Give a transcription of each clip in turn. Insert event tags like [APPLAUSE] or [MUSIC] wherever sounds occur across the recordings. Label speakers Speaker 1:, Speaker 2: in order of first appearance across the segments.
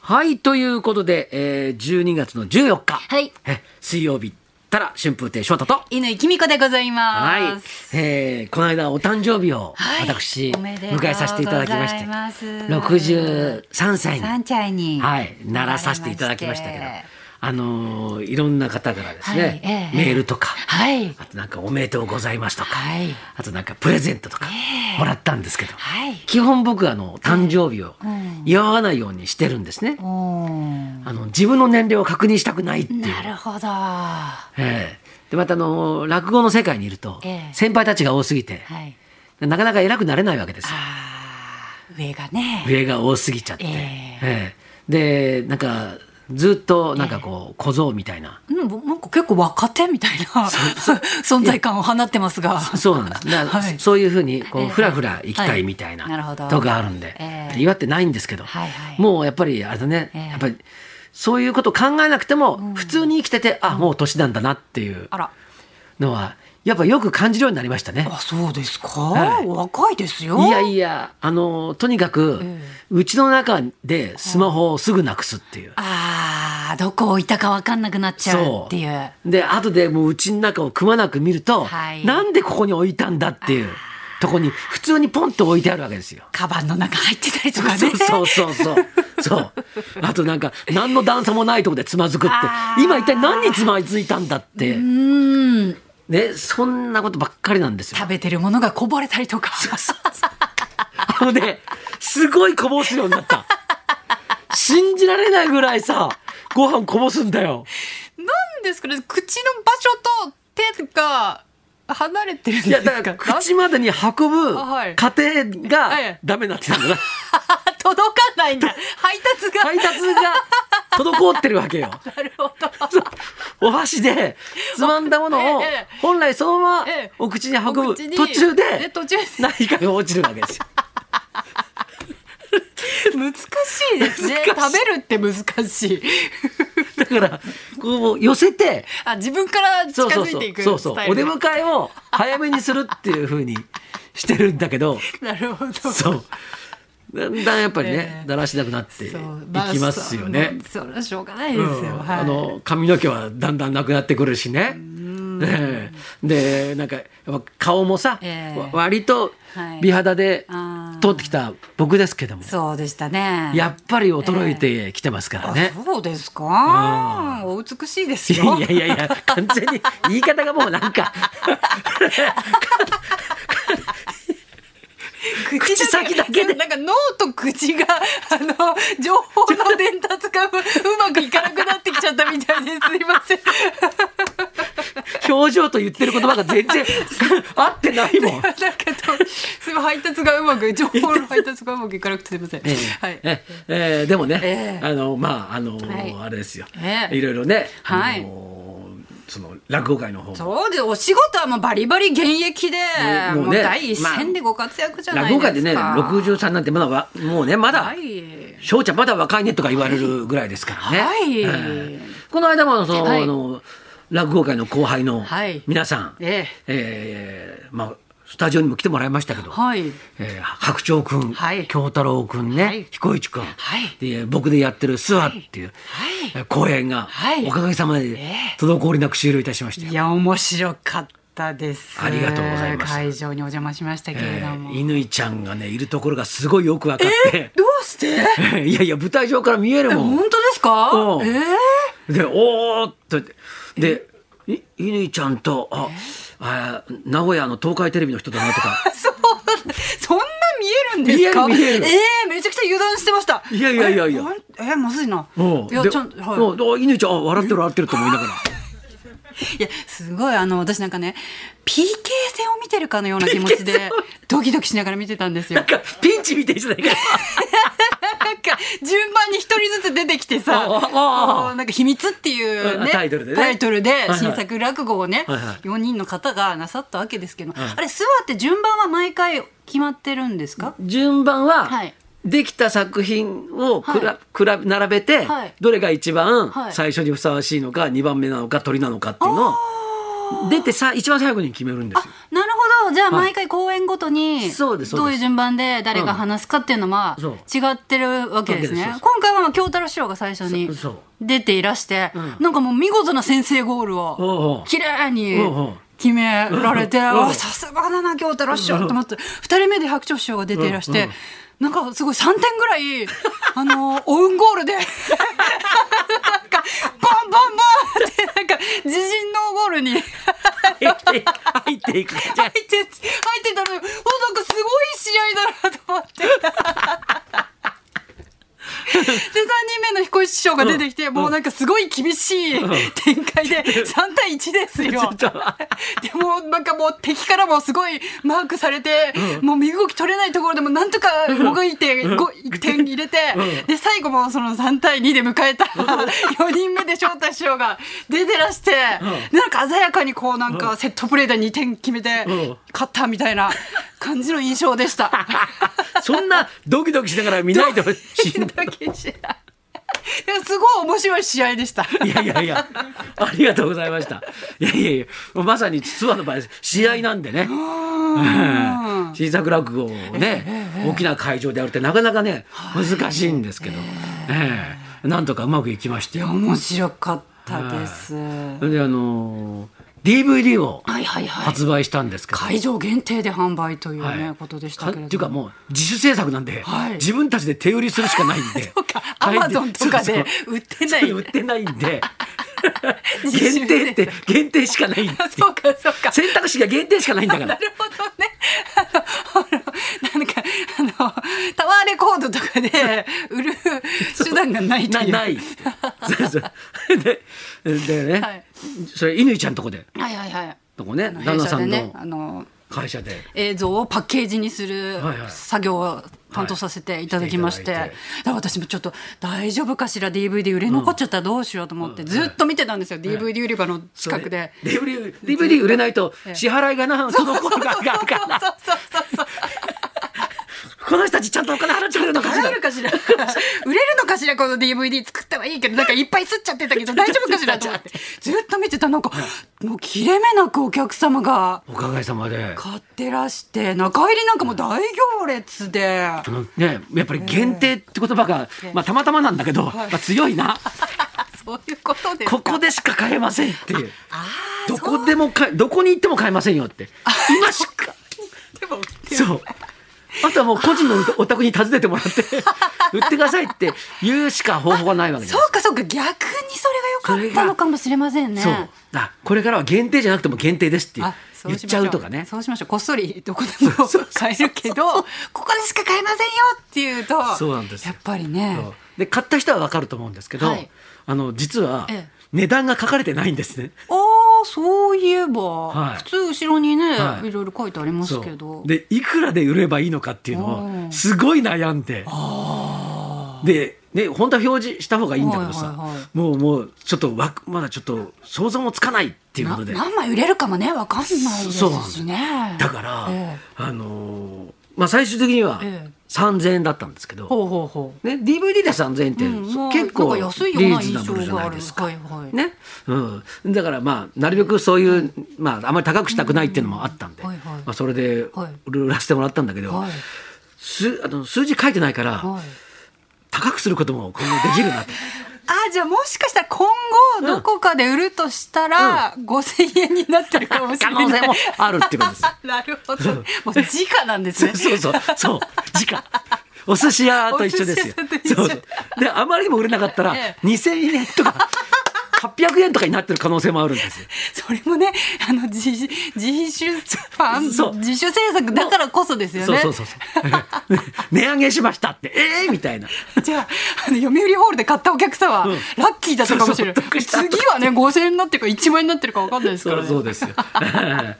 Speaker 1: はい、ということで、えー、12月の14日、
Speaker 2: はい
Speaker 1: え水曜日、たら春風亭昇太と、
Speaker 2: 犬井きみこでござ
Speaker 1: は
Speaker 2: い
Speaker 1: い
Speaker 2: ます。、
Speaker 1: えー、この間お誕生日を
Speaker 2: はい
Speaker 1: 私、
Speaker 2: おめでとう
Speaker 1: 迎えさせていただきまして、
Speaker 2: ございます
Speaker 1: 63歳に、
Speaker 2: 三歳に、
Speaker 1: はい、ならさせていただきましたけど、あのーいろんな方からですね、
Speaker 2: はいええ
Speaker 1: メールとか、
Speaker 2: はい
Speaker 1: あとなんかおめでとうございますとか、
Speaker 2: はい
Speaker 1: あとなんかプレゼントとか
Speaker 2: ええ
Speaker 1: もらったんですけど、
Speaker 2: はい
Speaker 1: 基本僕はあの誕生日を
Speaker 2: うん
Speaker 1: 祝わないようにしてるんですね。
Speaker 2: おー
Speaker 1: あの自分の年齢を確認したくないっていう。
Speaker 2: なるほど。は
Speaker 1: ええでまたあの落語の世界にいると、
Speaker 2: ええ
Speaker 1: 先輩たちが多すぎて、
Speaker 2: い。
Speaker 1: なかなか偉くなれないわけですよ。
Speaker 2: あー上がね。
Speaker 1: 上が多すぎちゃって。
Speaker 2: ええ
Speaker 1: ええでなんかずっとなんかこう小僧みたいな。
Speaker 2: うん、なんか結構若手みたいな [LAUGHS] 存在感を放ってますが。
Speaker 1: そうなんです。だから
Speaker 2: はい
Speaker 1: そういうふうにこ
Speaker 2: え
Speaker 1: う
Speaker 2: え
Speaker 1: ふらふら行きたいみたい
Speaker 2: はいなる
Speaker 1: な
Speaker 2: ほど
Speaker 1: とこがあるんで、
Speaker 2: ええ
Speaker 1: 祝ってないんですけど、
Speaker 2: はいはい
Speaker 1: もうやっぱりあれだね、
Speaker 2: ええ
Speaker 1: やっぱりそういうこと考えなくても普通に生きてて、あもう年なんだなっていう
Speaker 2: あら。
Speaker 1: のはやっぱよく感じるようになりましたね。
Speaker 2: あ、そうですか。
Speaker 1: はい
Speaker 2: お若いですよ。
Speaker 1: いやいやあのとにかく、う
Speaker 2: え
Speaker 1: ちの中でスマホをすぐなくすっていう。
Speaker 2: ああ、どこ置いたかわかんなくなっちゃうっていう。
Speaker 1: で後でもううちの中をくまなく見ると、
Speaker 2: はい
Speaker 1: なんでここに置いたんだっていうとこに普通にポンと置いてあるわけですよ。
Speaker 2: カバンの中入ってたりとかね。
Speaker 1: そうそうそうそう。そう。あとなんか、何の段差もないとこでつまずくっ
Speaker 2: あ
Speaker 1: て、
Speaker 2: ー
Speaker 1: 今一体何につまずいたんだって、
Speaker 2: うん。
Speaker 1: ね、そんなことばっかりなんですよ。
Speaker 2: 食べてるものがこぼれたりとか。
Speaker 1: あのね、すごいこぼすようになった。信じられないぐらいさ、ご飯こぼすんだよ。
Speaker 2: なんですかね、口の場所と手が離れてるん
Speaker 1: い
Speaker 2: で
Speaker 1: や、
Speaker 2: すか
Speaker 1: だから口までに運ぶ
Speaker 2: はい
Speaker 1: 過程が
Speaker 2: ええ
Speaker 1: ダメになってたんだな。
Speaker 2: あ届かないんだ。配達が。
Speaker 1: 配達が滞ってるわけよ。
Speaker 2: [LAUGHS] なるほど。
Speaker 1: お箸でつまんだものを
Speaker 2: ええ
Speaker 1: 本来そのまま
Speaker 2: ええ
Speaker 1: お口に運ぶ
Speaker 2: お口に
Speaker 1: 途中
Speaker 2: え
Speaker 1: で [LAUGHS]
Speaker 2: 途中で
Speaker 1: 何かが落ちるわけですよ。
Speaker 2: 難しいですね。
Speaker 1: 難
Speaker 2: 食べるって難しい。
Speaker 1: だからこう寄せて
Speaker 2: あ、自分から近
Speaker 1: そうそう
Speaker 2: づい
Speaker 1: そう
Speaker 2: ていく
Speaker 1: そうそう
Speaker 2: スタイ
Speaker 1: お出
Speaker 2: ル
Speaker 1: 迎えを早めにするっていう風にしてるんだけど
Speaker 2: なるほど。
Speaker 1: そうだんだんやっぱりね、
Speaker 2: ええ
Speaker 1: だらしなくなっていき
Speaker 2: そう
Speaker 1: ますよね。
Speaker 2: あ、そそれはしょうがないです
Speaker 1: う
Speaker 2: よ。
Speaker 1: ん
Speaker 2: はい、
Speaker 1: あの髪の毛はだんだんなくなってくるしね。ええでなんかやっぱ顔もさ、
Speaker 2: ええ
Speaker 1: わ割と
Speaker 2: はい
Speaker 1: 美肌で
Speaker 2: あー
Speaker 1: 通ってきた僕ですけども、
Speaker 2: そうでしたね。
Speaker 1: やっぱり衰えてきてますからね。
Speaker 2: あそうですか。お美しいです
Speaker 1: いや
Speaker 2: よ。
Speaker 1: いやいやいや完全に言い方がもうなんか
Speaker 2: 口
Speaker 1: 口先だけで
Speaker 2: なんか脳と口が [LAUGHS] あの情報の伝達がううまくいかなくなってきちゃったみたいですすい
Speaker 1: [LAUGHS]
Speaker 2: ません
Speaker 1: 表情と言ってる言葉が全
Speaker 2: [LAUGHS]
Speaker 1: 然合ってないもん。
Speaker 2: なんかとすごい配達がうまく情報の配達がうまくいかなくてすいません、
Speaker 1: え
Speaker 2: はい
Speaker 1: [LAUGHS] えええでもね、
Speaker 2: ええ
Speaker 1: あのまああの、
Speaker 2: はい
Speaker 1: あれですよ、
Speaker 2: ええ
Speaker 1: いろいろね、
Speaker 2: はい
Speaker 1: あのその落語界の方も
Speaker 2: そうですお仕事はもうバリバリ現役で、
Speaker 1: もう
Speaker 2: もう
Speaker 1: ね
Speaker 2: 第一線でご活躍じゃない
Speaker 1: 落語
Speaker 2: ですか、
Speaker 1: 界でね63なんてまだわもうねまだ
Speaker 2: はい
Speaker 1: 翔、ちゃんまだ若いねとか言われるぐらいですからね、
Speaker 2: はい
Speaker 1: ええこの間もその、
Speaker 2: はい
Speaker 1: あの落語界の後輩の
Speaker 2: はい
Speaker 1: 皆さん、
Speaker 2: ええ
Speaker 1: ええまあスタジオにも来てもらいましたけど、
Speaker 2: はい
Speaker 1: えー白鳥くん、
Speaker 2: はい
Speaker 1: 京太郎くんね、
Speaker 2: はい
Speaker 1: 彦一くん、
Speaker 2: はい
Speaker 1: で僕でやってる諏訪っていう、
Speaker 2: はい
Speaker 1: えー公演が、
Speaker 2: はい
Speaker 1: おかげさまで
Speaker 2: え
Speaker 1: 滞りなく終了いたしましたよ
Speaker 2: いや面白かったです
Speaker 1: ありがとうございます
Speaker 2: 会場にお邪魔しましたけれ
Speaker 1: え
Speaker 2: ども、
Speaker 1: ー乾ちゃんがねいるところがすごいよく分かって、
Speaker 2: どうして
Speaker 1: [LAUGHS] いやいや舞台上から見えるもん
Speaker 2: 本当ですか
Speaker 1: うん
Speaker 2: えー
Speaker 1: でおーっとでい乾ちゃんとああー名古屋の東海テレビの人だなとか
Speaker 2: そうそんな見えるんですか
Speaker 1: 見える見える
Speaker 2: えーめちゃくちゃ油断してました
Speaker 1: いやいやいやいや
Speaker 2: えあれえーまずいな
Speaker 1: うん
Speaker 2: いや
Speaker 1: で
Speaker 2: ちゃんとはい
Speaker 1: うんあ乾ちゃんあ笑ってる笑ってると思いながら
Speaker 2: いやすごいあの私なんかね PK 戦を見てるかのような気持ちでドキドキしながら見てたんですよ
Speaker 1: なんかピンチみたいじゃないか
Speaker 2: なんか順番に一人ずつ出てきてさ、
Speaker 1: ああああ
Speaker 2: こうなんか秘密っていう
Speaker 1: うん
Speaker 2: ね、
Speaker 1: タイトルでね
Speaker 2: タイトルで
Speaker 1: いはい
Speaker 2: 新作落語をね、
Speaker 1: はいはい
Speaker 2: 4人の方がなさったわけですけど、
Speaker 1: ん
Speaker 2: あれ、諏訪って順番は毎回決まってるんですか、
Speaker 1: 順番は、
Speaker 2: はい
Speaker 1: できた作品をくら、
Speaker 2: はい
Speaker 1: くら並べて、
Speaker 2: はい
Speaker 1: どれが一番
Speaker 2: はい
Speaker 1: 最初にふさわしいのか、二2番目なのか鳥なのかっていうのを出てさ一番最後に決めるんですよ。
Speaker 2: [LAUGHS] なるほど、じゃあ
Speaker 1: はい
Speaker 2: 毎回公演ごとに
Speaker 1: そうですそうです
Speaker 2: どういう順番で誰が話すかっていうのは
Speaker 1: うん
Speaker 2: 違ってるわけです
Speaker 1: そう
Speaker 2: ね
Speaker 1: そう
Speaker 2: 今回はまあ京太郎師匠が最初に
Speaker 1: そそう
Speaker 2: 出ていらして
Speaker 1: うん
Speaker 2: なんかもう見事な先制ゴー
Speaker 1: お
Speaker 2: ル
Speaker 1: う
Speaker 2: を
Speaker 1: おう
Speaker 2: 綺麗に
Speaker 1: うんうん
Speaker 2: 決められて
Speaker 1: うん
Speaker 2: わあさすがだな京太郎師匠と思って2人目で白鳥師匠が出ていらし
Speaker 1: う
Speaker 2: て
Speaker 1: ん
Speaker 2: なんかすごい3点ぐらい [LAUGHS] あのオウンゴールで [LAUGHS] なんかバンバンバンってなんか自陣のゴールに。
Speaker 1: 入って入っていくじゃ
Speaker 2: 入って、入ってたのよ。お、なんかすごい試合だなと思って。で、3人目の彦石師匠が出てきて、もうなんかすごい厳しい展開で、3対1ですよ。
Speaker 1: ちょっと
Speaker 2: でもうなんかもう敵からもすごいマークされて、もう身動き取れないところでもなんとかもがいて、ご1点入れて、で、最後もその3対2で迎えた4人目で翔太師匠が出てらして、
Speaker 1: う
Speaker 2: なんか鮮やかにこうなんかセットプレーで2点決めて
Speaker 1: うん、
Speaker 2: 勝ったみたいな感じの印象で [LAUGHS] した。
Speaker 1: んそんなドキドキしながら見ないでほしいんだ
Speaker 2: だけしないでもすごい面白い試合でした。
Speaker 1: [LAUGHS] いやいやいや、ありがとうございました。いやいやいや、まさに津和の場合です、試合なんでね。はい [LAUGHS] 新作落語をね、大きな会場であるってなかなかね、難しいんですけど、ええなんとかうまくいきまして。
Speaker 2: 面白かったです。
Speaker 1: それであのー、DVD を
Speaker 2: はいはいはい。
Speaker 1: 発売したんですけど。
Speaker 2: 会場限定で販売というね、
Speaker 1: はい
Speaker 2: ことでした
Speaker 1: かっ
Speaker 2: けれ
Speaker 1: て
Speaker 2: ども。
Speaker 1: いうかもう自主制作なんで、
Speaker 2: はい
Speaker 1: 自分たちで手売りするしかないんで
Speaker 2: [LAUGHS] そうか、アマゾンとかで売ってない。
Speaker 1: [LAUGHS] 売ってないんで
Speaker 2: 自主
Speaker 1: 限
Speaker 2: 制作
Speaker 1: 定って限定しかないんで
Speaker 2: [LAUGHS] そうかそうか。
Speaker 1: 選択肢が限定しかないんだから
Speaker 2: なるほどね。あの、あのなんか、あの、タワーレコードと [LAUGHS] かで売る手段がないと
Speaker 1: な
Speaker 2: いう。
Speaker 1: な。いそうそうででね、
Speaker 2: はい
Speaker 1: それ乾ちゃんとこで
Speaker 2: はいはいはい。
Speaker 1: とこね
Speaker 2: あの
Speaker 1: 旦那さん
Speaker 2: 弊社でね
Speaker 1: の
Speaker 2: あの、
Speaker 1: 会社で
Speaker 2: 映像をパッケージにする
Speaker 1: はいはい
Speaker 2: 作業を担当させていただきまして、
Speaker 1: はいしていただいて
Speaker 2: だから私もちょっと大丈夫かしら DVD 売れ残っちゃったらどうしようと思って、ずっと見てたんですよ、DVD 売り場の近くで。
Speaker 1: それ DVD, DVD 売れないと支払いがなそのことがあるから
Speaker 2: そうそうそうそう
Speaker 1: この人たちちゃんとお金払ってくれるのかしら
Speaker 2: 払えるかしら [LAUGHS] 売れるのかしらこの DVD 作ったはいいけどなんかいっぱい吸っちゃってたけど大丈夫かしら
Speaker 1: [LAUGHS]
Speaker 2: と思ってずっと見てたなんかもう切れ目なくお客様が
Speaker 1: おかげさまで
Speaker 2: 買ってらして中入りなんかもう大行列で
Speaker 1: あのねやっぱり限定って言葉が、まあ、たまたまなんだけど、まあ、強いな
Speaker 2: [LAUGHS] そういうことですか
Speaker 1: ここでしか買えませんっていう
Speaker 2: あ
Speaker 1: どこでも買えどこに行っても買えませんよって今しか
Speaker 2: ーでも売ってる
Speaker 1: そうあとはもう個人のお宅に訪ねてもらって
Speaker 2: [LAUGHS]
Speaker 1: 売ってくださいって言うしか方法がないわけです
Speaker 2: そうかそうか逆にそれが良かったのかもしれませんね
Speaker 1: そうあこれからは限定じゃなくても限定ですって
Speaker 2: あそ
Speaker 1: 言っ
Speaker 2: しま
Speaker 1: ちゃうとかね
Speaker 2: そうしましょうこっそりどこで
Speaker 1: [LAUGHS]
Speaker 2: も買えるけどここでしか買えませんよっていうと
Speaker 1: そうなんですよ
Speaker 2: やっぱりね
Speaker 1: そうで買った人は分かると思うんですけど、
Speaker 2: はい
Speaker 1: あの実は
Speaker 2: ええ
Speaker 1: 値段が書かれてないんですね。
Speaker 2: ああそういえば、
Speaker 1: はい
Speaker 2: 普通後ろにね、
Speaker 1: はい
Speaker 2: い、ろいろ書いてあります
Speaker 1: そう
Speaker 2: けど
Speaker 1: でいくらで売ればいいのかっていうの
Speaker 2: う
Speaker 1: を
Speaker 2: ん
Speaker 1: すごい悩んでで、ね、本当は表示した方がいいんだけどさ、
Speaker 2: はいはいはい
Speaker 1: もうもうちょっとわくまだちょっと想像もつかないっていうこ
Speaker 2: な
Speaker 1: とで
Speaker 2: 何枚売れるかもねわかんないです
Speaker 1: そうなんです
Speaker 2: しね
Speaker 1: だから、
Speaker 2: ええ
Speaker 1: あのーまあ、最終的には
Speaker 2: ええ
Speaker 1: 3,000円だったんですけど、
Speaker 2: ほうほうほ
Speaker 1: ね、DVD で3,000円って、
Speaker 2: う、うんまあ
Speaker 1: 結構
Speaker 2: なん
Speaker 1: リ
Speaker 2: か安いような
Speaker 1: ーズナ
Speaker 2: 印象
Speaker 1: ブルじゃ
Speaker 2: が
Speaker 1: な
Speaker 2: あ
Speaker 1: い
Speaker 2: る
Speaker 1: ですか。
Speaker 2: はいはい
Speaker 1: ねうん、だからまあなるべくそういう、まあ、あまり高くしたくないっていうのもあったんで、
Speaker 2: うんはいはい
Speaker 1: まあ、それで
Speaker 2: はい
Speaker 1: 売らせてもらったんだけど、
Speaker 2: はい
Speaker 1: 数あの数字書いてないから、
Speaker 2: はい
Speaker 1: 高くすることも今後できるなと
Speaker 2: あじゃあもしかしたら今後どこかで売るとしたら、5,000円になってるかもしれ
Speaker 1: 可
Speaker 2: ない
Speaker 1: 能性もあるってことです。
Speaker 2: なるほどもう直なんで
Speaker 1: そ
Speaker 2: すね
Speaker 1: う [LAUGHS] そうそうそう直お寿司屋と一緒ですよ
Speaker 2: お寿司屋と一緒
Speaker 1: そうそうであまりにも売れなかったら
Speaker 2: え
Speaker 1: 2,000円とか800円とかになってる可能性もあるんですよ
Speaker 2: それもねあの自自主ファ
Speaker 1: そう
Speaker 2: ン自主制作だからこそですよ
Speaker 1: そう
Speaker 2: ね
Speaker 1: そうそうそう [LAUGHS] 値上げしましたってええみたいな
Speaker 2: じゃああの読売ホールで買ったお客さんは、
Speaker 1: うん
Speaker 2: ラッキーだったかもしれな
Speaker 1: そうそう
Speaker 2: い次はね5000円になってるか1万円になってるか分かんないですか
Speaker 1: そ
Speaker 2: ら、
Speaker 1: う
Speaker 2: ね、
Speaker 1: そうですよ [LAUGHS]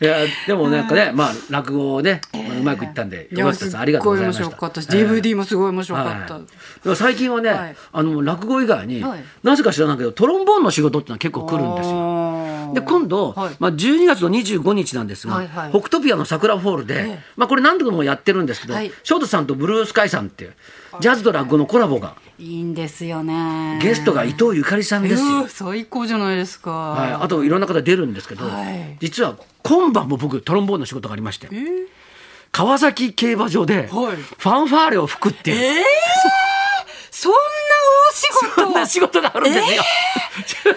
Speaker 1: いやでもなんかねまあ落語をね、まあうまくいったんでよかったですありがとうございまし
Speaker 2: すっごい面白かったし、
Speaker 1: た
Speaker 2: DVD もすごい面白かった、
Speaker 1: はい、でも最近はね、
Speaker 2: はい
Speaker 1: あの落語以外に、
Speaker 2: はい
Speaker 1: なぜか知らないけどトロンボーンの仕事ってのは結構来るんですよ。
Speaker 2: あ
Speaker 1: で今度、
Speaker 2: はい
Speaker 1: まあ、12月の25日なんですが、
Speaker 2: はいはい
Speaker 1: ホクトピアの桜ホールで、まあ、これ何度もやってるんですけど、
Speaker 2: はい
Speaker 1: ショートさんとブルースカイさんっていうジャズとラッグのコラボが
Speaker 2: いいんですよね
Speaker 1: ゲストが伊藤ゆかりさんですよ。
Speaker 2: うわ最高じゃないですか、
Speaker 1: はい、あといろんな方出るんですけど、
Speaker 2: はい
Speaker 1: 実は今晩も僕トロンボーンの仕事がありまして
Speaker 2: えー
Speaker 1: 川崎競馬場でフ
Speaker 2: はい
Speaker 1: ァンファーレを吹くっていう、
Speaker 2: えー、そんな [LAUGHS]
Speaker 1: こん
Speaker 2: 大
Speaker 1: な
Speaker 2: 仕
Speaker 1: 仕事があるんですよ。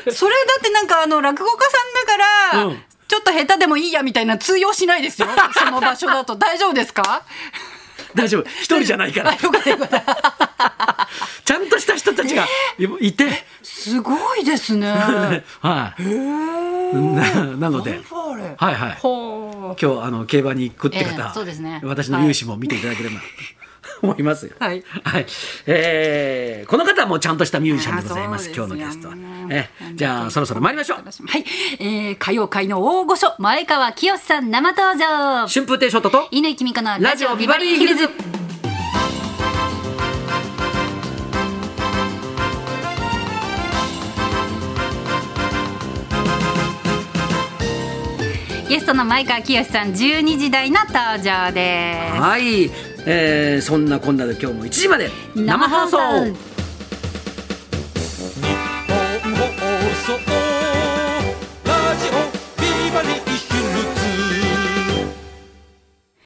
Speaker 2: 事それだってなんかあの落語家さんだから、
Speaker 1: うん
Speaker 2: ちょっと下手でもいいやみたいな通用しない [LAUGHS] ですよその場所だと大丈夫ですか
Speaker 1: 大丈夫一人じゃないから
Speaker 2: あよかったよかった
Speaker 1: ちゃんとした人たちがいて、
Speaker 2: すごいです [LAUGHS] ね
Speaker 1: [LAUGHS] はい、
Speaker 2: へえ
Speaker 1: ななので、
Speaker 2: ファーレ
Speaker 1: はいはい、
Speaker 2: ほう
Speaker 1: 今日あの競馬に行くって方、
Speaker 2: ええそうですね
Speaker 1: 私の
Speaker 2: はい
Speaker 1: 勇姿も見ていただければと思いますよ。
Speaker 2: はい
Speaker 1: えーこの方もちゃんとしたミュージシャンでございます
Speaker 2: あー
Speaker 1: 今
Speaker 2: そう
Speaker 1: 日
Speaker 2: で
Speaker 1: の
Speaker 2: す
Speaker 1: ゲス
Speaker 2: よ
Speaker 1: トは
Speaker 2: もう。
Speaker 1: ええじゃあそろそろ参りましょう。
Speaker 2: はい、えー、歌謡界の大御所前川清さん生登場
Speaker 1: 春風亭昇太と
Speaker 2: 乾きみかの
Speaker 1: ラジオビバリーヒルズ。
Speaker 2: ゲストの前川清さん12時台の登場です
Speaker 1: はい、えーそんなこんなで今日も1時まで生放送